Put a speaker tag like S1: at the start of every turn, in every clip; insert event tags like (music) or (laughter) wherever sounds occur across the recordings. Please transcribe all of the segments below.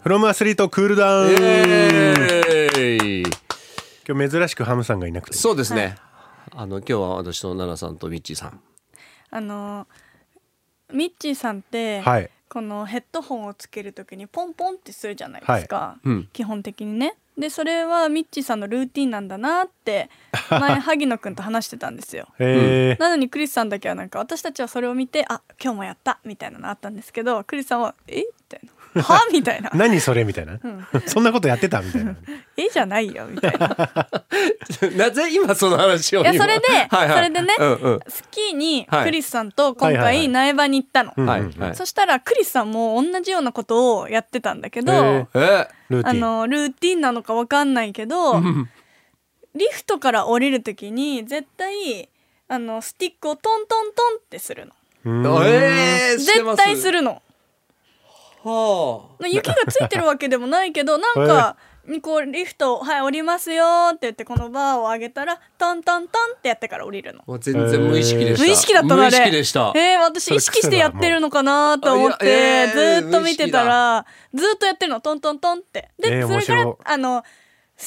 S1: フロムアスリートクールダウン、
S2: えー、
S1: 今日珍しくハムさんがいなくて
S2: そうですね、あの今日は私と奈々さんとミッチーさん (laughs)
S3: あのミッチーさんって、
S1: はい
S3: このヘッドホンをつけるときにポンポンってするじゃないですか、
S2: うん
S3: 基本的にねでそれはミッチーさんのルーティンなんだな
S1: (laughs)
S3: って前萩野くんと話してたんですよ
S1: えー
S3: なのにクリスさんだけはなんか私たちはそれを見てあ今日もやったみたいなのあったんですけどクリスさんはえみたい
S1: (laughs)
S3: なはみたいな
S1: 何それみたいな、 (laughs) そんなことやってたみたいな
S3: えじゃないよみたい
S1: (laughs)
S3: な
S2: なぜ今その話を
S3: いや
S2: 今
S3: それで
S2: はいはい
S3: それでね
S2: うんうん
S3: スキーに
S2: はい
S3: クリスさんと今
S1: はいはいは
S3: 回
S1: い
S3: 苗場に行ったの、
S1: うん
S2: はいはい
S3: そしたらクリスさんも同じようなことをやってたんだけど、
S1: へー
S2: えー
S1: ルーテ
S3: あ
S1: ィン
S3: のルーティンなのかわかんないけどリフトから降りるときに絶対あのスティックをトントントンってするの
S1: うん
S2: えー、してま
S3: 絶対するの
S2: はあ
S3: 雪がついてるわけでもないけ
S2: (laughs)
S3: どなんか、こうリフトを「はい降りますよ」って言ってこのバーを上げたらトントントンってやってから降りるの
S2: もう全然無意識でした、
S3: 無意識だったのあれ
S2: 無意識でした
S3: えー、私
S1: それ
S3: 意識してやってるのかなと思っ
S2: 癖だな
S3: て
S2: も
S3: ず
S2: ういやえー
S3: ーっと見てたらずーっとやってるのトントントンってで、
S1: えー
S3: それか
S1: 面
S3: ら
S1: 白
S3: あの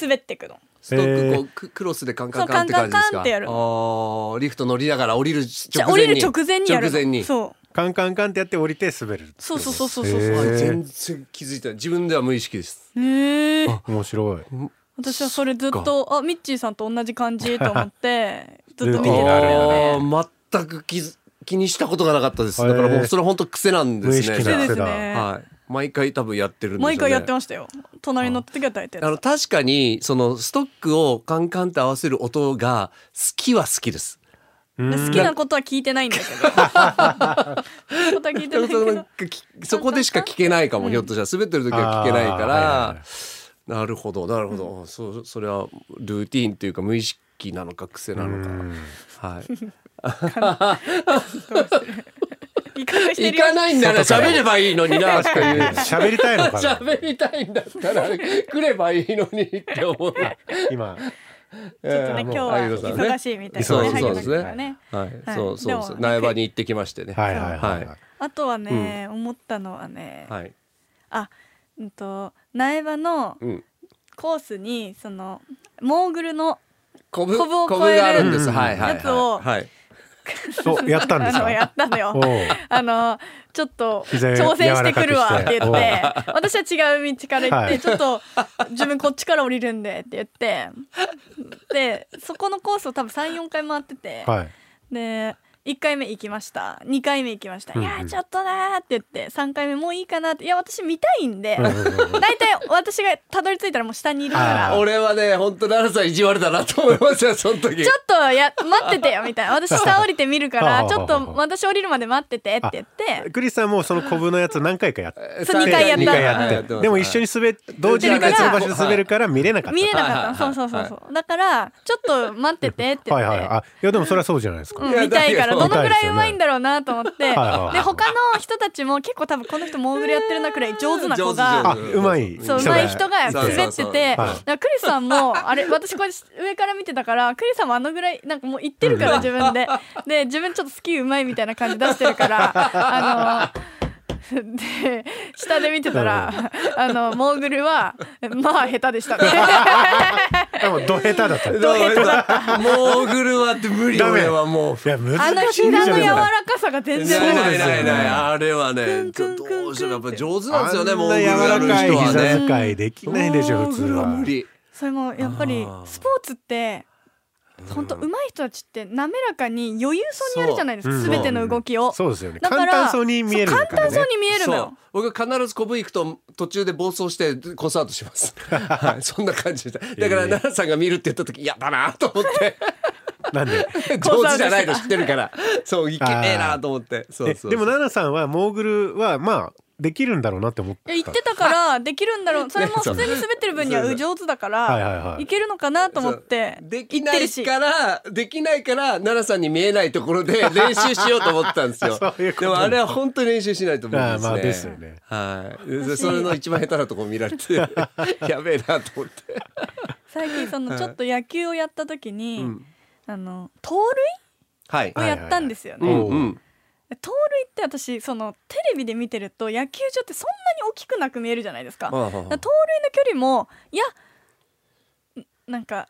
S3: 滑っていくの
S2: ストッ
S1: え
S2: ク
S1: ー
S2: こうククロスでカンカンカンって感じです
S3: そうカンカンカン
S2: か
S3: ってやる
S2: あーリフト乗りながら降りる
S3: じ
S2: 直
S3: ゃあ降
S2: 前
S3: り
S2: に
S3: る直前にやるの
S2: 直前に
S3: そう
S1: カンカンカンってやって降りて滑る
S3: そうそうそうそうそう
S1: へ
S3: そう
S1: ー
S2: あ全然気づいてない自分では無意識です
S3: へえ
S1: 面白い
S3: 私はそれずっとあミッチーさんと同じ感じと思ってずっと
S2: あ
S3: 見てたん
S1: あ
S3: だ
S1: る
S3: よね
S2: ー全く気づ気にしたことがなかったです
S1: へー
S2: だからもうそれ本当癖なんで
S1: 無意
S2: すね
S1: 識
S2: じゃ
S1: な
S2: あ
S1: 癖
S3: 癖です
S1: だ、
S3: ね
S2: はい毎回多分やってるんですよね
S3: 毎回やってましたよ隣に乗った時は大抵
S2: あの確かにそのストックをカンカンって合わせる音が好きは好きです
S1: うん
S3: 好きなことは聞いてないんだけどこと
S2: なん (laughs)
S3: は聞いてないけど
S2: かきそこでしか聞けないかも、ひょっとしたら滑ってる時は聞けないか
S1: あー
S2: ら、
S1: はいはいはい
S2: なるほどなるほど、そそれはルーティーンというか無意識なのか癖なのか、
S3: (laughs)
S2: はい
S3: 行かないして
S2: 行
S3: るよ
S2: かないんだな
S1: 外から
S2: 喋ればいいのになとか言う
S1: 喋りたいのかな
S3: (laughs)
S2: 喋りたいんだったら来ればいいのにって思 (laughs) う
S1: 今
S3: ちょっとね今日は
S2: 萩野さんね
S3: 忙しいみたいな
S2: そう
S1: ね
S2: そうですね
S3: 萩野さんね
S2: はい、
S3: はい
S2: そうそうそ
S3: で
S2: う
S3: も
S2: 苗場に行ってきましてね
S1: はいはいはい、
S2: は
S1: はいい、
S3: あとはね思ったのはね
S2: はい、
S3: あうんと苗場の
S2: うん
S3: コースにそのモーグルの
S2: コブ
S3: コブを
S2: コ
S3: 超え
S2: ブがあ
S3: る
S2: るんです、
S1: うん
S2: はいはいはい
S3: やつを
S2: はい
S1: そうやったんです
S3: あのや
S1: か
S3: ったのよ
S1: おう
S3: あのちょっと
S1: 膝
S3: 挑戦してくるわって言っ
S1: 柔ら
S3: て私は違う道から行っ
S1: は
S3: て
S1: い
S3: ちょっと自分こっちから降りるんでって言ってでそこのコースを多分34回回ってて
S1: はい
S3: で1回目行きました2回目行きました「いや
S1: うんう
S3: ー
S1: ん
S3: ちょっとな」って言って3回目もういいかなって「いや私見たいんで
S1: うんうんうん
S3: 大体私がたどり着いたらもう下にいるから
S1: あー
S2: 俺はね本当奈良さん意地悪だなと思いますよその時
S3: ちょっとや待っててよみたいな私下降りてみる
S1: (laughs) はあ
S3: か
S1: はあ
S3: ら
S1: はあ
S3: ちょっと私降りるまで待っててって言って
S1: クリスさんもそのコブのやつ何回かやって
S3: そう二回やった
S1: 二回や
S2: はい
S1: ってでも一緒
S2: に
S1: に滑っ同時に別の場所で滑るから見れなかった
S3: 見れな
S2: は
S3: かっ
S2: い
S3: たのそうそうそうそうだからちょっと待っててって言
S1: (laughs) は
S3: っ
S1: いはいはい
S3: て。
S1: あいやでもそれはそうじゃないですか、
S3: うん
S2: いや
S3: 見たいからどの
S1: だ
S3: く
S1: けど
S3: らいうまいんだろうなと思ってで
S1: いはい
S3: 他の人たちも結構多分この人モーグルやってるなくらい上手な子
S1: あ
S3: が
S1: うまい
S3: そう
S1: 上手
S3: 上手い人が
S2: そうそうそう
S3: 滑っててだ
S1: はい
S3: からクリスさんもあれ私これ上から見てたからクリスさんもあのぐらいなんかもう行ってるから自分でで自分ちょっとスキーうまいみたいな感じ出してるからあの。で下で見てたらあのモーグルはまあ下手でしたね
S1: でもド下手だったい
S2: どうだモーグルはって無理
S1: ダメ
S2: 俺はもう
S1: や
S3: あの
S1: 難しいじゃな
S3: 膝
S1: い
S3: の
S1: で
S3: 柔
S1: すから
S3: かさが全
S2: ない
S3: 然
S1: そうです
S2: な
S1: よね
S2: いないないあれは
S3: ク
S2: ね
S3: ンクンクンクン
S2: どうしようやっぱ上手なんですよね
S1: あん
S2: モ
S1: な
S2: ーグル
S1: 柔
S2: やる
S1: らかい
S2: 人は
S1: 膝
S2: ね
S1: 使いできないでしょ
S2: モ
S1: 普通
S2: ーグル
S1: は
S2: 無理
S3: それもやっぱり
S2: あー
S3: スポーツって本当上手い人たちって滑らかに余裕そうにやるじゃないですか
S2: そう
S3: すべての動きを
S1: そうですよね
S3: だから
S1: 簡単そうに見えるからね
S3: そう簡単そうに見えるの
S2: そう
S3: よ
S2: 僕は必ずコブ行くと途中で暴走してコンサート
S1: (laughs)
S2: します、はい、そんな感じでしただから
S1: ええ
S2: 奈良さんが見るって言った時嫌だなと思って
S1: なんで
S2: 上手じゃないの知ってるからそういけねえなと思ってそうそ
S1: え
S2: う
S1: でも奈々さんはモーグルはまあできるんだろうなって思っ
S3: い
S1: た
S3: や言ってたからできるんだろうそれも
S1: (laughs)
S2: ねそ
S3: 普
S2: う
S3: 通に滑ってる分に
S2: そう
S3: は
S2: そう
S3: 上手だか
S1: はいはい
S3: ら
S1: はい
S3: いけるのかなと思って
S2: で
S3: 行
S2: き
S3: っ
S2: な
S3: てる
S2: い
S3: し
S2: からできないから奈良さんに見えないところで
S1: (laughs)
S2: 練習しようと思ったんですよ
S1: そういうこと
S2: でもあれは本当に練習しないと無理で
S1: あ
S2: すね
S1: あまあですよね
S2: はいでそれの一番下手なところ見ら
S1: (laughs)
S2: れてやべえなと思って
S3: 最近そのちょっと野球をやった時に
S2: ん
S3: あの盗塁
S2: はい
S3: をやったんですよ
S2: う
S3: ね
S2: んうん
S3: 盗塁って私そのテレビで見てると野球場ってそんなに大きくなく見えるじゃないですか
S2: あああ
S3: だから盗塁の距離もいやんなんか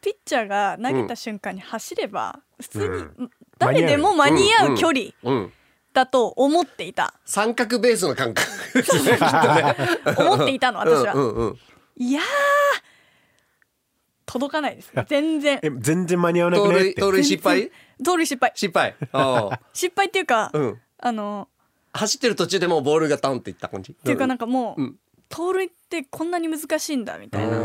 S3: ピッチャーが投げた瞬間に走れば普通に、
S1: うん
S3: 誰でも間に合う距離
S2: うん
S3: だと思っていた、
S2: 三角ベースの感覚ですねきっとね
S3: 思っていたの私は、
S2: うんうんうん
S3: いやー届かないです全然
S1: え全然間に合わな
S2: 盗
S1: くねっ
S2: 塁
S1: て
S2: 盗塁失敗
S3: 盗塁失敗
S2: 失
S3: (laughs)
S2: 敗ああ
S3: 失敗っていうか、
S2: うん
S3: あの
S2: 走ってる途中でもうボールがダウンっていった感じっ
S3: っていうかなんんかもう、
S2: うん
S3: 盗塁ってこんなに難しいんだみたいな、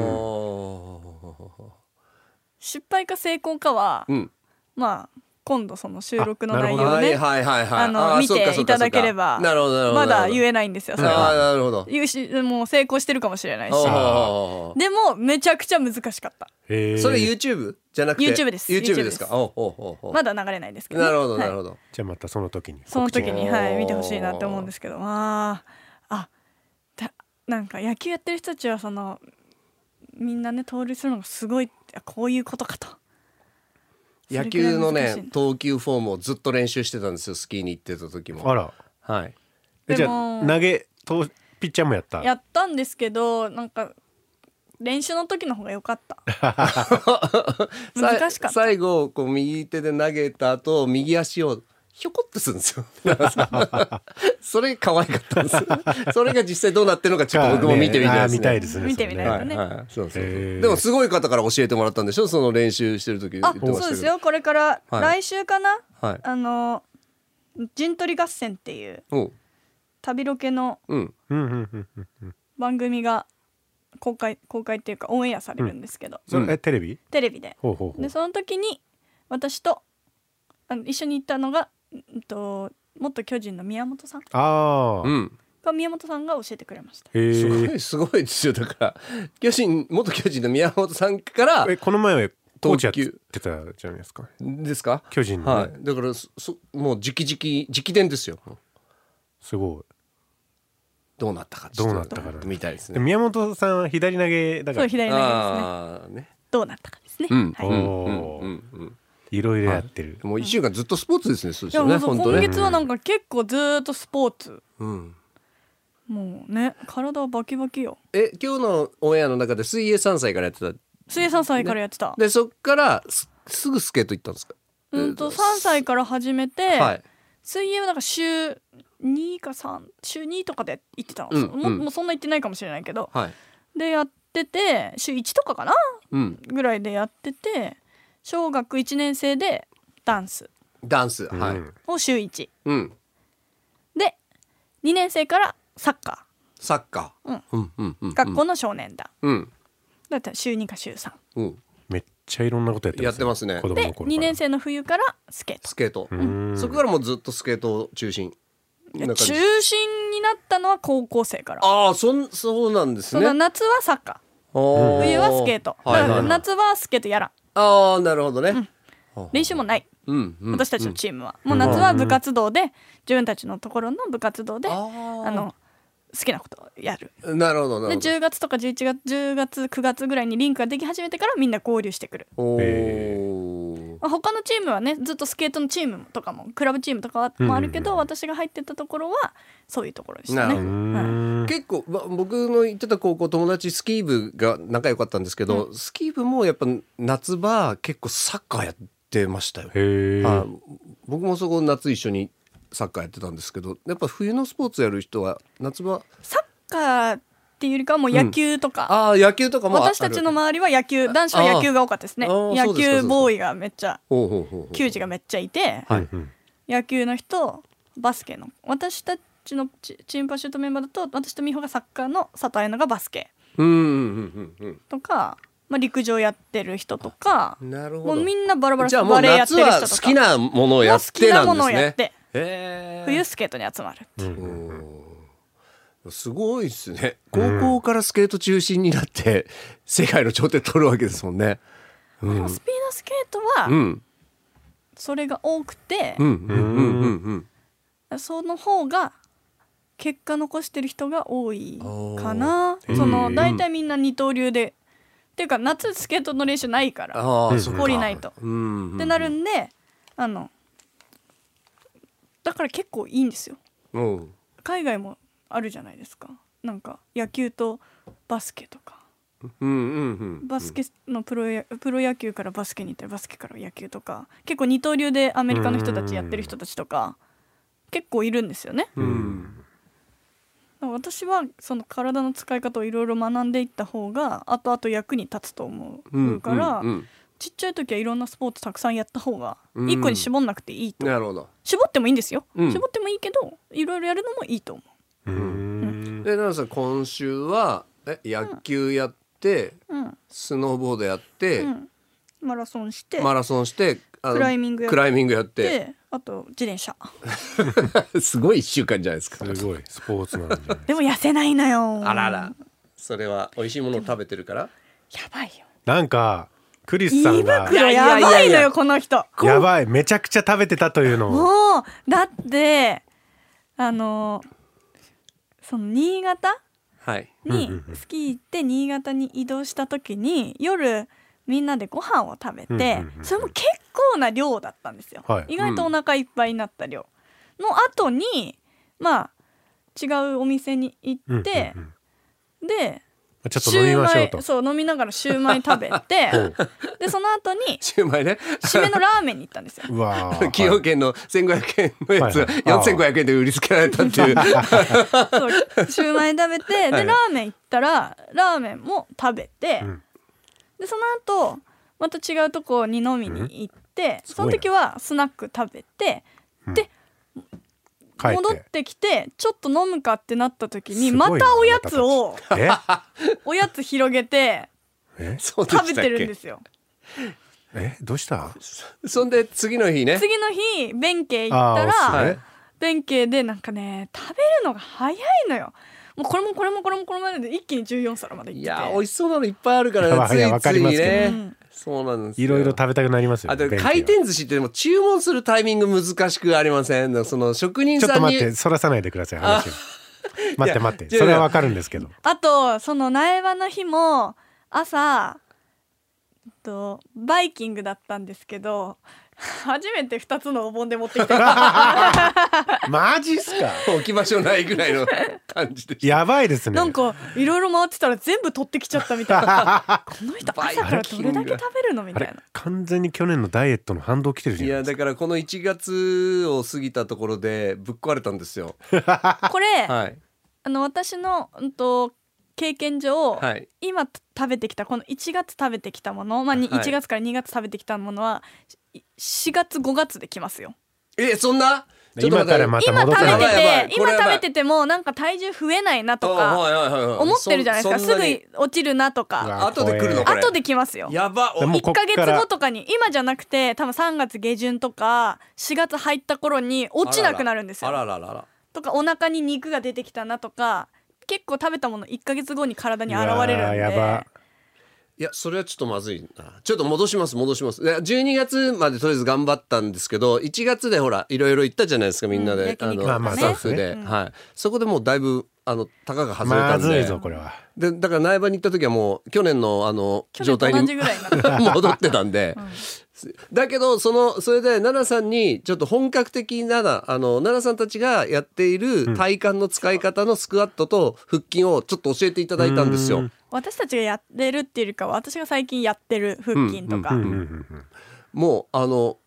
S3: 失敗か成功かは、
S2: うん
S3: まあ今度その収録の
S1: あな
S3: 内
S1: るほ
S3: 容
S2: は
S3: ね、
S2: いはいはいはい
S3: あの
S2: ー
S3: 見
S2: そうか
S3: て
S2: そう
S3: い
S2: か
S3: た
S2: そう
S3: だ
S2: か
S3: ければ
S2: なるほどなるほど
S3: まだ
S2: なるほど
S3: 言えないんですよそれ
S2: ああ
S3: は
S2: なるほど
S3: 言うしもう成功してるかもしれないし
S2: ああ
S3: でもめちゃくちゃ難しかった
S1: へー
S2: それ YouTube じゃなくて
S3: YouTube です
S2: YouTube ですか
S3: YouTube です
S2: おうおうおうおう
S3: まだ流れないですけどね、
S2: なるほどなる
S3: はい
S2: ほど
S1: じゃあまたその時に
S3: その時に、
S2: 告知
S3: はい、見てほしいなって思うんですけどまああだなんか野球やってる人たちはそのみんなね盗塁するのがすごいあこういうことかと
S2: 野球の
S3: それくらい難しい
S2: ね
S3: の
S2: 投球フォームをずっと練習してたんですよスキーに行ってた時
S1: あ
S2: も
S1: ら
S2: はい
S1: えじ
S3: で
S1: ゃ
S3: も
S1: あ投げ投ピッチャーもやった
S3: やったんですけどなんか練習の時の方が良かった難しか
S2: さ
S3: った
S2: 最後こう右手で投げた後右足をひょこっとする
S1: (laughs)
S2: んですよ (laughs) それ可愛かったんです (laughs) よそれが実際どうなってるのかちょっと僕も見てみたいです
S1: あー見たい
S2: ね
S1: ですね
S3: 見てみたい
S1: そ
S2: は
S1: れね
S2: い
S3: ね
S2: はいそうそうそう
S1: へー
S2: でもすごい方から教えてもらったんでしょその練習してる時言っ
S3: あ
S2: てましたけど
S3: そうですよこれから
S2: はい
S3: 来週かな、
S2: はい
S3: あの陣取り合戦っていう
S2: うん
S3: 旅ロケの
S2: うん
S1: うんうんうんうんうん
S3: 番組が公開公開っていうかオンエアされるんですけど、
S1: そ
S2: うん
S1: れえテレビ
S3: テレビで
S1: ほうほうほう
S3: でその時に私とあの一緒に行ったのがうんと元巨人の宮本さん
S1: ああ、
S2: うん
S3: が宮本さんが教えてくれました
S1: へ
S2: すご
S1: ー
S2: いすごいですよだから巨人元巨人の宮本さんから
S1: えこの前はコーチやっ
S2: 投球
S1: てたじゃないですか
S2: ですか
S1: 巨人の
S2: は
S1: ね、
S2: いだからそそもう直々直伝ですよ
S1: すご
S2: どうなったか
S1: どうなったかな
S2: みたいです
S1: いで
S2: ね
S1: 宮本さんは左投げだか
S3: そう
S1: ら
S3: 左投げですね
S2: ああね
S3: どうなったかですね、
S2: うん
S3: はい、
S2: う
S3: い
S1: お
S2: ん
S1: ー
S2: うんうん
S1: いろいろやってる、
S2: うんもう一週間ずっとスポーツですねそうです
S3: や
S2: よね
S3: もうそう
S2: 本当
S3: 今
S2: ね
S3: 月はなんか結構ずーっとスポーツ
S2: うん
S3: もうね体はバキバキよ
S2: え今日のオンエアの中で水泳三歳からやってた
S3: 水泳3歳からやってた、
S2: でそっからすすぐスケート行ったんですか
S3: うんと3歳から始めて、
S2: はい
S3: 水泳はなんか週2か3週2とかで行ってたんですよ、
S2: うん
S3: も
S2: うん
S3: もうそんな行ってないかもしれないけど
S2: はい
S3: でやってて週1とかかな
S2: うん
S3: ぐらいでやってて小学1年生でダンス
S2: ダンス
S1: うん
S2: はい
S3: を週1
S2: うん
S3: で2年生からサッカ
S2: サッカ
S3: ー、うん、
S2: ーうんうんうん
S3: 学校の少年団、
S2: うん
S3: だったら週2か週3
S2: うん
S1: めっちゃいろんなことやってます、
S2: やってますね
S1: 子供
S3: で
S1: の頃から
S3: 2年生の冬からスケート
S2: スケート
S1: うーん
S2: そこからもうずっとスケートを中心な感じ
S3: 中心になったのは高校生から
S2: ああそんそうなんです
S3: そ
S2: ね
S3: の夏はサッカー
S2: 冬
S3: 冬はスケートだ
S2: はいは
S3: か
S2: いは
S3: ら
S2: い、
S3: 夏はスケートやらん
S2: ああなるほどね、
S3: 練習もない
S2: うんうん、
S3: 私たちのチームはもう夏は部活動で自分たちのところの部活動で
S2: あ
S3: あ
S2: ー
S3: の好きなことをやる
S2: なるほどな
S3: で
S2: るほど
S3: 10月とか11月10月9月ぐらいにリンクができ始めてからみんな合流してくる、
S2: お
S1: え
S2: ー
S3: まあ、他のチームはねずっとスケートのチームとかもクラブチームとかは
S1: うん
S3: もあるけど、私が入ってたところはそういうところでし
S2: な
S3: た
S2: る
S3: ね
S1: う
S2: ほ
S1: ー
S3: はい
S1: ん
S2: 結構わ僕の行ってた高校友達スキー部が仲良かったんですけど、スキー部もやっぱ夏場結構サッカーやってましたよ、
S1: へえ、
S2: はい僕もそこ夏一緒にサッカーやってたんですけどやっぱ冬のスポーツやる人は夏場
S3: サッカーっていうよりかはもう野球とか、
S2: ああ野球とかもあ
S3: 私たちの周りは野球男子は野球が多かったですね
S2: あーそ
S3: 野
S2: うですかそうで
S3: 球
S2: すか
S3: ボーイがめっちゃ
S2: ほうほうほうほう
S3: 球児がめっちゃいて、
S2: はい
S1: うん
S3: 野球の人バスケの私たちのチチームパシュートメンバーだと私と美穂がサッカーの佐藤彩乃がバスケ
S2: うんうんうんうん
S3: とか、まあ、陸上やってる人とか
S2: うんなるほ
S3: も
S2: ど
S3: うみんなバラバラ
S2: じゃあも
S3: バ
S2: う
S3: レーやって
S2: 夏
S3: る人
S2: は
S3: と
S2: 好
S3: か
S2: きなものをやってなんですね。
S3: もう好きなものをやって
S2: へー
S3: 冬スケートに集まるっていう
S1: うんうん
S2: おーすごいですね。高校からスケート中心になって世界の頂点取るわけですもんね。う
S3: で
S2: ん
S3: もスピードスケート
S2: う
S3: は
S2: ん
S3: それが多くて
S2: うんう、んうんうん
S3: その方が結果残してる人が多いかな
S1: ー
S3: そ
S1: へ
S3: の
S1: ー
S3: 大体みんな二刀流でっていうか夏スケートの練習ないから
S2: あ
S1: う
S2: あ
S1: ん
S2: そっか
S3: 懲りないと
S2: うんうん
S3: ってなるんで、あのだだから結構いいんですよ
S2: うん
S3: 海外もあるじゃないですかなんか野球とバスケとか
S2: うんうんうん
S3: バスケのプロやプロ野球からバスケに行ったりバスケから野球とか結構二刀流でアメリカの人たちやってる人たちとか結構いるんですよね
S2: うん
S3: だから私はその体の使い方をいろいろ学んでいった方が後々役に立つと思
S2: うん
S3: うから、
S2: うんうん
S3: ちっちゃい時はいろんなスポーツたくさんやった方が
S2: うん
S3: 一個に絞んなくていいと、
S2: なるほど
S3: 絞ってもいいんですよ、
S2: うん
S3: 絞ってもいいけどいろいろやるのもいいと思
S1: うーん
S2: で奈々さん今週はえ野球やって
S3: う、うん
S2: スノーボードやって
S3: うん、マラソンして
S2: マラソンしてあの
S3: クライミングやっ
S2: ク
S3: て
S2: ライミングやって
S3: であと自転車
S2: すごい一週間じゃないですか
S1: すごいスポーツなんじゃない
S3: でも痩せないのよ
S2: あららそれは美味しいものを食べてるから
S3: やばいよ
S1: なんかクリスさ
S3: 胃
S1: んが
S3: 袋
S2: い
S3: や
S2: やいやいやいや
S3: ばいのよこの人
S1: やばいめちゃくちゃ食べてたというのを
S3: もうだってあのその新潟
S2: はい
S3: に
S1: うんうんうん
S3: スキー行って新潟に移動した時に夜みんなでご飯を食べ
S1: うんうん
S3: て
S1: うんうん
S3: それも結構な量だったんですよ、
S1: はい
S3: 意外とお腹いっぱいになった量の後にまあ違うお店に行
S1: うんうんうん
S3: って、で
S1: ちょっと飲みましょう
S3: シューマ
S1: と
S3: イそう飲みながらシューマイ食べ
S1: (laughs)
S3: てでその後に
S2: シューマイね
S3: 締めのラーメンに行ったんですよ
S1: うわー
S2: (laughs) 崎陽軒の1500円のやつ
S1: はいはい
S2: 4500円で売りつけられたって
S1: (laughs)
S2: いう
S3: そうシューマイ食べて
S2: は
S3: で
S2: い
S3: ラーメン行ったらラーメンも食べて、
S1: うん
S3: でその後また違うとこに飲みに行って、
S1: す
S3: そ
S1: ごい
S3: の
S1: な
S3: 時はスナック食べて
S1: 帰っ
S3: 戻っててきてちょっと飲むかってなった時に
S1: すごいな
S3: またおやつを
S1: え (laughs)
S3: おやつ広げて
S1: え
S2: そうでしたっ
S3: 食
S2: け
S3: べてるんですよ。
S1: えどう
S2: (laughs)
S1: した
S2: そんで次の日ね
S3: 次の日弁慶行った
S1: あ
S3: ら
S1: ー
S2: は
S1: お
S2: い
S1: すね
S3: 弁慶でなんかね食べるのが早いのよ。もうこれもこれもこれもこれまでで一気に14皿まで行っ
S2: い
S3: てて。
S2: や美味しそうなのいっぱいあ
S1: (laughs)
S2: るか
S1: い
S2: ら
S1: や
S2: ねつ
S1: いやわか
S2: いつ
S1: ります
S2: い
S1: けど
S2: ね
S3: うん
S2: そうなんですよ
S1: いろいろ食べたくなりますよ
S2: あと
S1: 勉強
S2: 回転寿司ってでも注文するタイミング難しくありませんその職人
S1: ちょっ
S2: さ
S1: と
S2: ん
S1: 待
S2: に
S1: ってそらさないでください話を
S2: (laughs)
S1: 待って待っ
S2: いや
S1: てそれはわかるんですけど
S3: あとその苗場の日も朝えっとバイキングだったんですけど初めて2つのお盆で持って
S2: (laughs)
S3: きた
S1: マジっすか
S2: 置き場所ないぐらいの (laughs) 感じでした
S1: やばいですね
S3: なんかいろいろ回ってたら全部取ってきちゃったみたい
S2: (laughs)
S3: なこの人朝からどれだけ食べるのみ
S1: あ
S3: たい
S1: れ
S3: な
S1: 完全に去年のダイエットの反動来てるじゃ
S2: い
S1: ない
S2: や
S1: です
S2: だからこの1月を過ぎたところでぶっ壊れたんですよ。
S3: これ、
S2: はい
S3: あの私の、うん、と経験上、
S2: はい
S3: 今食べてきたこの1月食べてきたもの、まあ、に
S2: はい
S3: 1月から2月食べてきたものは4月5月できますよ。
S2: えそんな
S1: か今からまた
S3: 今食
S1: 戻
S3: べ
S1: せ
S2: やばいやばい
S3: てて
S2: こ
S3: 今
S2: れやばい
S3: 食べててもなんか体重増えないなとか
S2: か
S3: 思ってるじゃないですかすぐ落ちるなと
S1: う
S3: か
S1: わ
S2: 後で来るのこれ
S3: 後で来ますよ
S2: やばお
S1: でも
S3: 1
S1: うこっ
S3: ヶ
S1: から
S3: 月後とかに今じゃなくて多分3月下旬とか4月入った頃に落ちなくなるんですよ
S2: あらららら
S3: とかお腹に肉が出てきたなとか結構食べたもの1ヶ月後に体に現れるんで
S1: いやーやば
S2: いやそれはちょっとまずいなちょっと戻します戻しますいや12月までとりあえず頑張ったんですけど1月でほらいろいろ行ったじゃないですかみんな
S3: うん
S2: で、
S3: 焼肉と
S1: か
S2: あの、
S1: ね
S2: スタッフで、
S3: まあまあ
S2: はいそこでもうだいぶあのたかが外れた
S1: ま
S2: んで
S1: ずいぞこれは
S2: でだから苗場に行った時はもう去年のあの
S3: 去
S2: 状
S3: 年と
S2: 態に
S3: 同じぐらいになる
S2: (laughs) 戻ってたんで、だけどそのそれで奈々さんにちょっと本格的ななあの奈々さんたちがやっている体幹の使い方のスクワットと腹筋をちょっと教えていただいたんですよ。
S3: (laughs) 私たちがやってるっていうよりかは私が最近やってる腹筋とか
S1: うんうんうん
S2: もうあの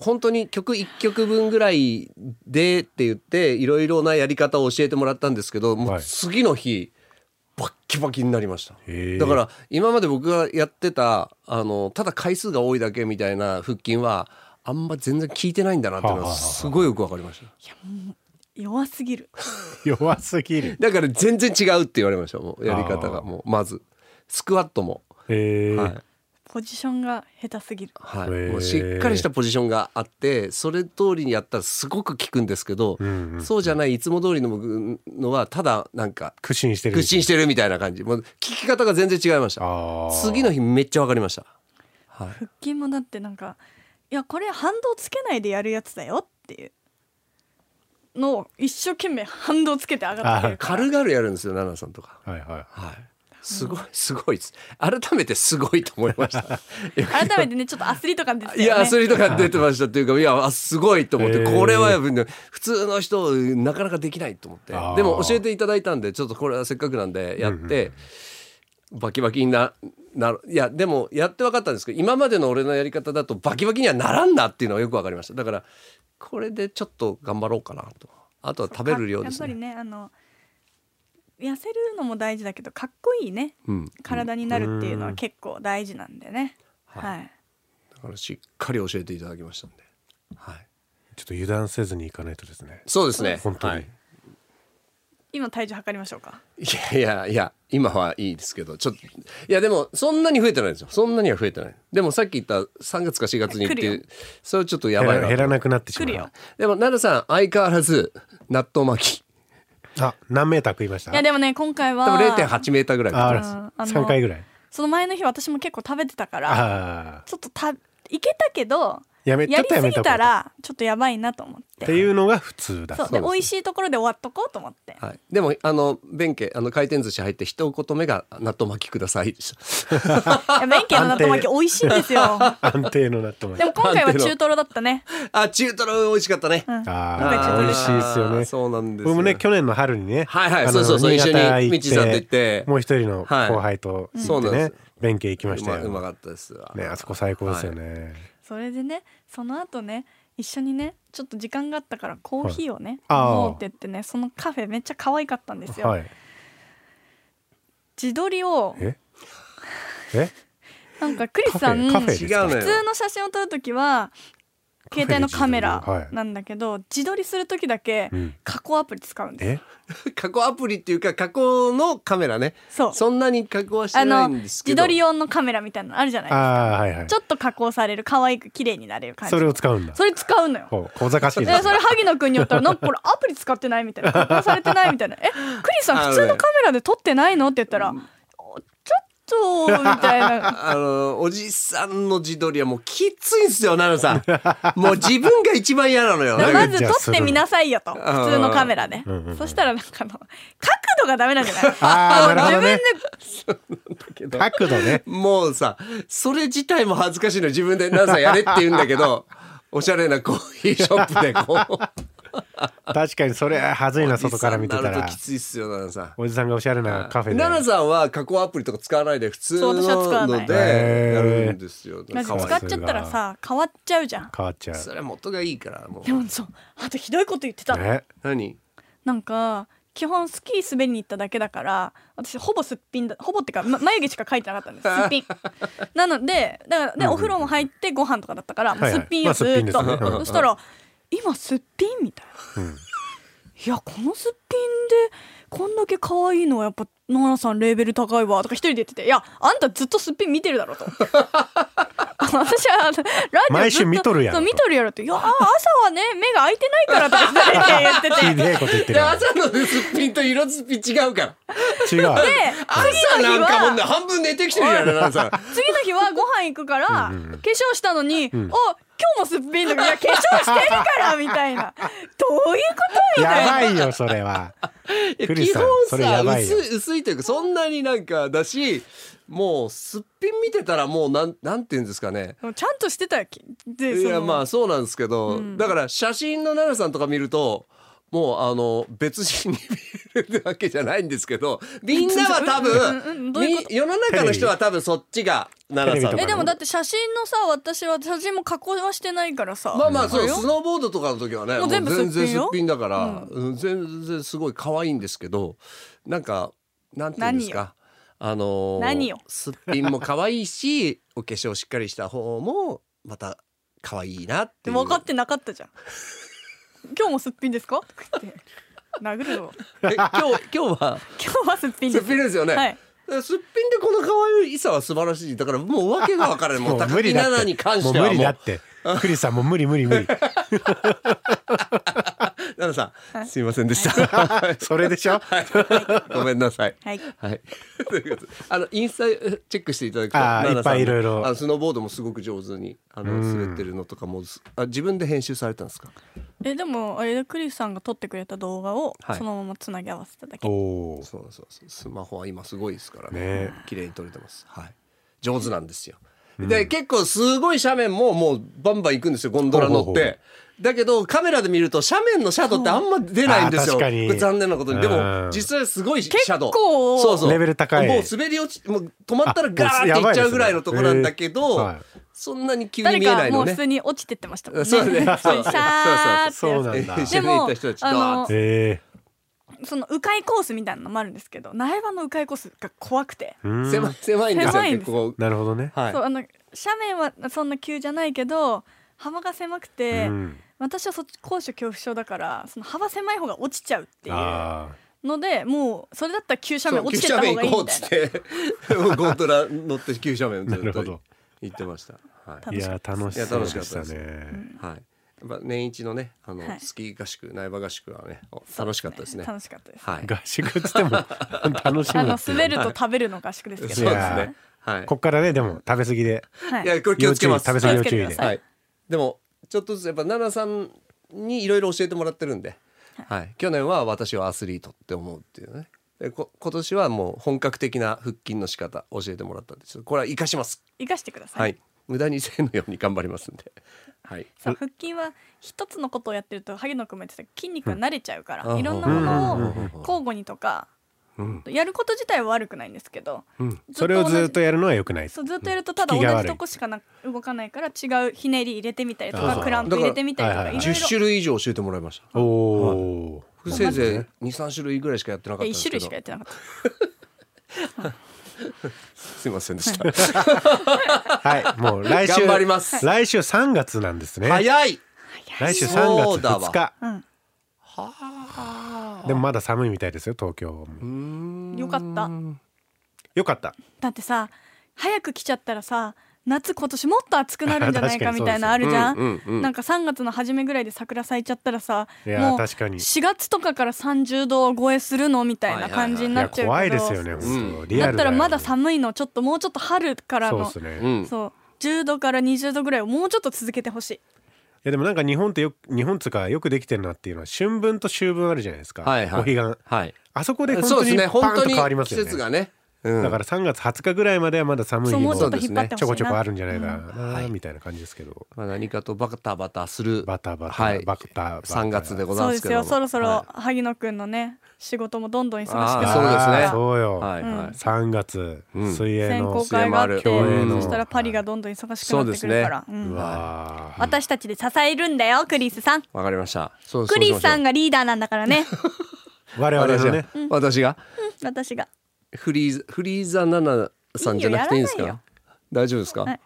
S2: 本当に曲1曲分ぐらいでって言っていろいろなやり方を教えてもらったんですけども
S1: は
S2: う
S1: い
S2: 次の日バッキバキになりました。
S1: へー
S2: だから今まで僕がやってたあのただ回数が多いだけみたいな腹筋はあんま全然効いてないんだなっていう
S1: はあ
S2: のは
S1: はあはあ
S2: すごいよくわかりました
S3: 弱すぎる
S1: 弱すぎる
S2: だから全然違うって言われましたもうやり方が
S1: あー
S2: もうまずスクワットも、
S1: えー
S2: はい
S3: ポジションが下手すぎる
S2: はい
S1: へー
S2: もうしっかりしたポジションがあってそれ通りにやったらすごく効くんですけど、
S1: んうん
S2: そうじゃないいつも通りの僕のはただなんか
S1: 苦心してる
S2: 屈伸してるみたいな感じもう効き方が全然違いました
S1: あー
S2: 次の日めっちゃわかりました、はい、
S3: 腹筋もだってなんかいやこれ反動つけないでやるやつだよっていうのを一生懸命反動つけて上がってくるから
S2: 軽々やるんですよ奈々さんとか
S1: はいは
S2: はい。すごいすごいです改めてすごいと (laughs) 思いました
S3: 改めてねちょっとアスリート感ですよね
S2: いや、それとか出てましたっていうか、いや、あすごいと思って、
S1: へー
S2: これはやっぱね普通の人、なかなかできないと思って
S1: あー。
S2: でも教えていただいたんで、ちょっとこれはせっかくなんで、やって、バキバキにな、なる。いや、でも、やって分かったんですけど、今までの俺のやり方だと、バキバキにはならんなっていうのはよく分かりました。だから、これでちょっと頑張ろうかなと。あとは食べる量です
S3: やっぱり
S2: ね。
S3: ねあの痩せるのも大事だけどかっこいいね
S2: うん。
S3: 体になるっていうのは結構大事なんでね、
S2: うん
S3: はい
S2: だから、しっかり教えていただきましたんで。はい。
S1: ちょっと油断せずにいかないとですね
S2: そうですね。
S1: 本当に、
S2: はい
S3: 今体重測りましょうか
S2: いやいやいや、今はいいですけど、ちょっと、いやでも、そんなに増えてないんですよ。そんなには増えてない。でもさっき言った3月か4月にってい
S3: 来る
S2: う、それちょっとや
S1: 減
S2: ばい
S1: ら
S2: な。
S1: 減らなくなってし
S3: 来る
S1: ま
S3: よ
S1: う
S2: でも、奈良さん、相変わらず、納豆巻き。
S1: あ何メーター食いました
S3: いやでもね今回は
S2: 多分0.8メーターぐらい
S1: あ
S2: か。
S1: ら
S3: あの
S1: 3回ぐらい
S3: その前の日私も結構食べてたから
S1: ああ
S3: ちょっとたいけたけど
S1: やめちょ
S3: や
S1: っ
S3: り
S1: とや
S3: す
S1: め
S3: ぎ
S1: た
S3: た
S1: 方が
S3: らちょっとやばいなと思っ
S1: ってていうのが普通だ
S3: そう
S2: そうで
S3: で
S2: すね
S3: 美味しいところで終わっとこうと思
S1: (laughs)
S3: って
S2: はい。でも、あの、弁慶、あの、回転寿司入って一言目が、納豆巻きくださいでした。
S3: いや免許の納豆巻き美味しいんです
S1: (laughs)
S3: よ
S1: 安定の納豆
S3: で
S1: 巻
S3: も今回は中トロだったね
S2: あ、中トロ美味しかったね。
S1: きああ
S3: ー
S1: 美味しいですよ
S2: あー
S1: ね
S2: そうなんですよ
S1: 僕もね去年の春にね
S2: はいはい
S1: あの
S2: そうそうそう
S1: 新潟
S2: 一緒にみちさんと行って
S1: もう一人の後輩と
S2: そ
S1: 行
S2: う
S1: って
S2: なん
S1: ね、
S2: です
S1: 弁慶行きまし
S2: う
S1: た
S2: ま
S1: よ
S2: うまかったですわ。
S1: ねあそこ最高ですよね、
S3: それでねその後ね一緒にねちょっと時間があったからコーヒーをね、
S1: はいあー
S3: 飲もうって言ってねそのカフェめっちゃ可愛かったんですよ、
S1: はい
S3: 自撮りを (laughs)
S1: ええ
S3: なんかクリス
S1: カフ
S3: さん
S1: ェカフェで
S3: 普
S1: す
S2: 違う
S1: か
S2: のよ
S3: 通の写真を撮る時は
S1: カフェで
S3: 携帯のカメ
S1: 自撮り
S3: ラ
S1: はい
S3: なんだけど自撮りする時だけ
S1: うん
S3: 加工アプリ使うんですよ
S1: え
S2: 加工アプリっていうか、加工のカメラね。
S3: そう
S2: そんなに加工はして
S3: あ
S2: な
S3: の
S2: いんですけ
S3: 自
S2: ど。
S3: 撮り用のカメラみたいなのあるじゃないですか
S1: ああはいはい
S3: ちょっと加工される可愛く綺麗になれる感じ
S1: それを使うんだ
S3: それ使うのよ
S1: ほう小賢しい
S3: で
S1: ですね
S3: それ萩野君によったら「なんかこれアプリ使ってない?」みたい
S1: (laughs)
S3: な「加工されてない?」みたいな「えクリスさん普通のカメラで撮ってないの?」って言ったら「おちょっと」みた
S1: (laughs)
S3: いな
S2: あの、おじさんの自撮りはもうきついんすよ、奈々
S3: (laughs)
S2: さん。もう自分が一番嫌なのよ。
S1: や
S3: まず撮ってみなさいよと普
S2: あ
S3: 通のカメラで
S1: うんうん
S3: そしたらなんかあの角度がダメなんじゃない
S2: (laughs)
S1: ああなるほどね
S2: 自分で
S1: 角度ね
S2: もうさ、それ自体も恥ずかしいのよ自分で奈々さんやれって言うんだけ
S3: (laughs)
S2: ど、おしゃれなコーヒーショップでこう。
S1: 確かにそれはずいな外から見てた
S2: おじさんにな
S1: ら
S2: るときついっすよ、奈々さん。
S1: おじさんがおしゃれなカフェで
S2: 奈々さんは加工アプリとか使わないで普通の
S3: そう私は使わない
S2: のでやるんですよ。
S3: まず
S2: かわいい
S3: 使っちゃったらさ変わっちゃうじゃん
S1: 変わっちゃう
S2: それは元がいいから、
S3: (laughs)
S2: もう
S3: で。もそうあとひどいこと言ってた
S1: ね
S2: 何
S3: なんか基本スキー滑りに行っただけだから私ほぼすっぴんだほぼってか、ま眉毛しか描いてなかった
S1: (laughs)
S3: んですすっぴんなのでだからでお風呂も入ってご飯とかだったから、もう
S1: はいは
S3: す
S1: い
S3: っぴんよずーっと、
S1: まあすっぴんですねうん
S3: そしたら「今すっぴん?」みたいな、
S1: うん
S3: いやこのすっぴんでこんだけ可愛いのはやっぱ奈良さんレーベル高いわとか一人で言ってて「いやあんたずっとすっぴん見てるだろ」と (laughs) 私はあのラジオ
S1: 毎週見とるやろ
S3: ん見とるやろって「いや朝はね目が開いてないから」とか二人で言ってて
S1: ひでえこと言って
S2: で
S1: る
S2: 朝のすっぴんと色すっぴん違うから。
S1: 違う
S3: で
S2: 朝
S3: 次
S2: な
S3: の日
S2: んかもう
S3: は
S2: ね半分寝てきてるじゃない奈々さん。
S3: 次の日はご飯行くから化粧したのに「お今日もすっぴんだけどいや化粧してるから」みた
S2: (laughs)
S3: いな「どういうこと?」みたい
S1: や
S3: な
S1: ばいよそれはクリ
S2: 基
S1: スさん
S2: 本
S1: それや
S2: さ
S1: ばい
S2: 薄
S1: よ
S2: い薄いというかそんなになんかだしもうすっぴん見てたらもうなんなんていうんですかね
S3: でもちゃんとしてたよきで
S2: い
S3: そ
S2: や
S3: の
S2: まあそうなんですけど、だから写真の奈良さんとか見るともうあの別人に見えるわけじゃないんですけどみんなは多
S3: うんうんう
S2: 分
S3: んどういうこと
S2: み世の中の人は多分そっちが奈良さ
S1: テレビ
S2: ん
S1: と
S3: え
S1: か
S3: でもだって写真のさ私は写真も加工はしてないからさ、
S2: まあまあそう
S3: よ
S2: スノーボードとかの時はねも
S3: もう
S2: う
S3: 全
S2: 全
S3: 部すっぴんよ
S2: 然すっぴんだから、うん全然すごい可愛いんですけどなんかなんていうんですかあのー
S3: 何よ
S2: すっぴんも可愛いしお化粧しっかりした方もまた可愛いなってい
S3: で
S2: う
S3: も分かってなかったじゃん「今日もすっぴんですか?」とか言って殴るぞ
S2: え今日今日は
S3: 「今日はすっぴん
S2: す
S3: で
S2: っ
S3: す」
S2: ぴんですよね、
S3: はい
S2: すっぴんでこの可愛いさは素晴らしいだからもう訳が分からないも
S1: (laughs) も
S2: う
S1: う
S2: 高
S1: 無理
S2: 木奈
S1: だって
S2: 々に関
S1: も
S2: し
S1: う
S2: ては
S1: 無理
S2: も
S1: だ
S2: う
S1: ってクリスさんもう無理無理
S2: (laughs)
S1: 無理
S2: 奈々さん、
S3: はい
S2: すいませんでした、 (laughs)
S1: それでしょ
S2: ごめんなさい
S3: はい
S2: はい。 (laughs) ということであのインスタえチェックしていただくと、
S1: あー
S2: 奈々さんの
S1: いっぱいいろいろ
S2: あのスノーボードもすごく上手にあの滑ってるのとかもすあ自分で編集されたんですか。
S3: えでもあれクリスさんが撮ってくれた動画を
S2: はい
S3: そのままつなぎ合わせただけ、
S1: おお
S2: そうなんですそうなんですスマホは今すごいですから
S1: ね
S2: ね綺麗に撮れてますはい上手なんですよで結構すごい斜面ももうバンバン行くんですよゴンドラ乗
S1: ほ
S2: っ
S1: うほうほ
S2: てだけどカメラで見ると斜面のシャドウってあんま出ないんです
S1: あー
S2: よ
S1: 確かに
S2: これ残念なことにで
S1: うん
S2: も実際すごいシャドウ
S3: 結構
S2: そうそう
S1: レベル高い
S2: もう滑り落ちもう止まったら
S1: あ
S2: ガーって
S1: や
S2: 行
S1: ば
S2: っ
S1: いです
S2: ち
S1: ね
S2: ゃうぐらいのとこなんだけど、
S1: えーはい
S2: そんなに急に
S3: 誰
S2: 見えな
S3: か
S2: い
S3: も
S2: の
S3: う
S2: ね
S3: 普通に落ちてってましたもんね
S2: そう
S3: (laughs)
S2: ね
S3: 普通にシャーって
S1: そうなんだ
S2: えー
S3: でも
S2: 一緒にいた人たち
S3: あの
S2: ドア
S1: え
S3: その迂回コースみたいなのもあるんですけど苗場の迂回コースが怖くて、
S1: えー、
S2: 狭い狭いんですよ
S3: 狭いんで
S2: 結
S3: す
S2: 構
S1: なるほどね
S2: はい
S3: そうあの斜面はそんな急じゃないけど幅が狭く
S1: う
S3: て、
S1: ん
S3: 私はそっち高所恐怖症だからその幅狭い方が落ちちゃうっていう
S1: ああ
S3: のでもうそれだったら急斜面落ちて
S2: そ
S3: た
S2: う急
S3: 方が
S2: 斜面
S3: いい
S2: 行こうっ
S3: み
S2: た
S3: い
S2: つ
S3: な
S2: って (laughs) もうゴンドラ乗って急斜面ず
S1: なる
S2: っ
S1: ほ
S2: と
S1: ど
S2: 行ってましたはい
S3: 楽
S1: い
S3: し
S1: や
S3: かった
S1: 楽しそうでした
S2: いや楽しかった
S1: ね
S2: はいやっぱ年一のねあの
S3: はい
S2: スキー合宿苗場合宿はねお
S3: そう
S2: 楽しかったですね
S3: 楽しかっ
S2: (laughs)
S3: たです
S2: はい
S1: 合宿っつっても楽し
S3: あ
S1: む
S3: の
S1: っていう
S3: 滑ると食べるの合宿ですけ
S2: そう
S3: ど
S1: い
S2: で
S1: や
S2: す
S1: ー
S2: ねはい
S1: こっからねでも食べ過ぎで
S3: はい
S2: いやこれ気をつけます
S1: 要注意食べ過ぎ要注意
S3: 気を
S1: で
S3: つけてください
S2: はい、でもちょっとずつやっぱ奈々さんにいろいろ教えてもらってるんで、はい、去年は私はアスリートって思うっていうねでこ今年はもう本格的な腹筋の仕方教えてもらったんですこれは生かします
S3: 生かしてください、
S2: はい、無駄にせんのように頑張りますんではい
S3: そう腹筋は一つのことをやってると萩野君も言ってたけど筋肉が慣れちゃうから、いろんなも
S2: うんうん
S3: の
S2: うんうん
S3: を交互にとか、
S2: うん
S3: やること自体は悪くないんですけど、
S1: それをずっと
S3: 同じ
S1: やるのは良くない
S3: そうずっとやるとただ
S1: 効きが
S3: 同
S1: 悪い
S3: じとこしかな動かないから違うひねり入れてみたりと
S1: そうそ
S3: か
S1: う
S3: クランプ入れてみたりと
S1: だ
S3: か
S1: から
S3: い
S1: は
S3: ろいろ
S2: 10種類以上教えてもらいました
S1: おおー
S2: せいぜい23種類ぐらいしかやってなかったんで
S3: 1
S2: すけ
S3: 種類
S2: ど
S3: しかやってなかった
S2: すいませんで
S3: (laughs)
S2: した
S1: はいもう来週
S2: 頑張ります
S1: 来週3月なんですね
S2: 早い
S1: 来週3
S2: そう
S1: 月
S2: だ
S1: 2日
S2: わ
S1: はあでもまだ寒いみたいですよ東京も
S3: よかった
S1: よかった
S3: だってさ早く来ちゃったらさ夏今年もっと暑くなるんじゃない
S1: 確か
S3: か
S1: にそう
S3: み
S1: ですよ
S3: たいなあるじゃん、
S2: うんうんうん
S3: なんか3月の初めぐらいで桜咲いちゃったらさ
S1: いやー
S3: もう
S1: 確かに
S3: 4月とかから30度を超えするのみたいな感じに
S1: い
S3: な
S1: や
S3: っちゃうけど
S1: 怖いですよね本当リア
S3: だ
S1: ル
S3: ったらまだ
S1: い
S3: 寒いのちょっともうちょっと春から
S1: そう
S3: の
S1: ですね
S2: うん
S3: そう10度から20度ぐらいをもうちょっと続けてほしい
S1: いやでもなんか日本ってよく日本っつうかよくできてるなっていうのは春分と秋分あるじゃないですか、
S2: はいはい
S1: お彼岸
S2: はい
S1: あそこで本
S2: そう
S1: 当
S2: です
S1: に
S2: ね
S1: パ
S2: 本
S1: ンと
S2: 当に
S1: 変わります
S2: 季
S1: よね
S2: 節がねうん
S1: だから3月20日ぐらいまではまだ寒い
S3: そ
S1: 日
S3: うも
S1: も
S3: うちょっと引っ張ってほしいな
S1: ちょこちょこあるんじゃないかな、みたいな感じですけど
S2: まあ何かとバタバタする
S1: バタバタ
S2: はい
S1: バタバタ
S2: 3月でござい
S3: そう
S2: ま
S3: です
S2: け
S3: す
S2: ども
S3: よそろそろ
S2: は
S3: 萩野くんのね仕事もどんどん忙しくな
S2: あ
S3: っ
S2: ー
S3: てくる
S2: そうですね
S3: から
S1: そうよ、
S2: いはいはい
S1: 3月、
S2: ん
S1: 水泳
S3: 選
S1: の
S3: 考会があって
S2: 競泳の
S3: そしたらパリがどんどん忙しくなってくるから、うん
S1: うわー
S3: 私たちで支えるんだよクリスさん
S2: わかりましたそう
S3: クリスさん
S2: が
S3: がリーダーなんだからね
S1: 我々のね
S2: 私が
S3: 私が
S2: フリーザフリーザナナさんじゃなくていいんです
S3: いいよやら
S2: か大丈夫ですか (laughs)
S3: はい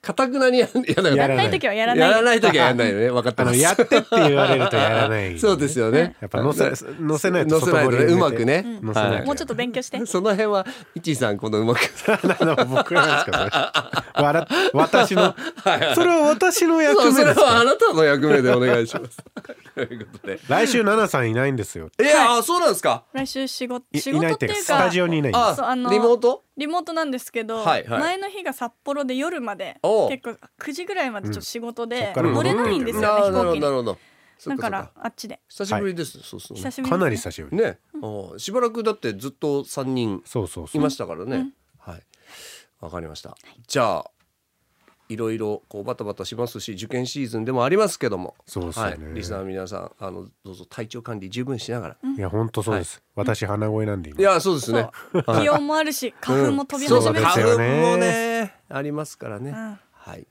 S2: かたくなにやんやだ
S1: や
S2: よ
S3: や
S1: ら
S3: ら
S1: な
S3: ないい時はや
S2: や
S3: らない
S2: らない時はやんないよね分かって
S1: あ
S2: ま
S1: の
S2: す
S1: やってって言われるとやらない
S2: (laughs) そうですよね
S1: やっぱ乗せ乗せないと
S2: 乗せないと
S1: 外堀
S2: ね
S1: 埋めて
S2: うまくね
S1: 乗せない
S2: はい
S3: もうちょっと勉強して
S2: その辺は一さんこの
S1: (laughs)
S2: うまく
S1: あの僕なんで
S2: (laughs)
S1: すかそれ笑っ私のそれは私の役
S2: そうそ
S1: 目で
S2: れ
S1: す
S2: はあなたの役目でお願いします (laughs) ということで
S1: 来週奈々さんいないんですよ
S2: いやあそうなんですか
S3: 来週仕事
S1: い
S3: 仕
S1: いない
S3: 事
S1: っいう
S3: ってて
S1: か
S3: いう
S1: スタ
S3: か
S1: ジオにいないんです
S2: あ
S3: そうあの
S2: リモート
S3: リモートなんですけど、
S2: はいはい
S3: 前の日が札幌で夜まで
S2: おう
S3: 結構9時ぐらいまでちょっと仕事
S1: うんそっ
S3: で
S1: から
S3: 乗れないんです
S2: なるほ
S3: よね、
S2: ど
S3: 飛行機
S2: なる
S3: に
S2: ほどそっ
S3: だ
S2: かそ
S3: か
S2: っ
S3: ら
S2: か
S3: あっちで
S2: 久しぶりですそうそう
S3: 久しぶりですね
S1: かなり久しぶり
S2: ねああしばらくだってずっと三人
S1: そうそうそ
S2: いうましたからね、はいわかりましたじゃあいろいろこうバタバタしますし受験シーズンでもありますけども
S1: そうですよね
S2: はい、リスナーの皆さんあのどうぞ体調管理十分しながら、
S1: いや本当そうです私鼻声なんで今
S2: いやそうですね
S3: そう気温もあるし花粉も飛び
S2: そう
S3: 始
S2: そう
S3: める
S1: そう
S3: し、
S1: で
S2: 花
S1: すよね
S2: 粉もねありますからね、
S3: ん
S2: はい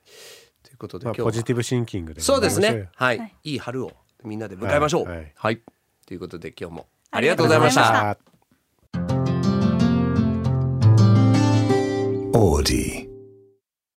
S2: ということで
S1: まあ
S2: 今日は、
S1: ポジティブシンキングで
S2: そうです
S1: 頑張り
S2: ね
S1: ましょ
S2: はい、い、い春をみんなで迎えましょう
S1: は
S2: はいい、
S1: はい
S2: ということで今日もあ
S3: あ
S2: りが
S3: りが
S2: と
S3: と
S2: う
S3: う
S2: ご
S3: ご
S2: ざ
S3: ざ
S2: い
S3: い
S2: まし
S3: ましたた
S1: う
S3: あ
S1: よ。
S4: Audi.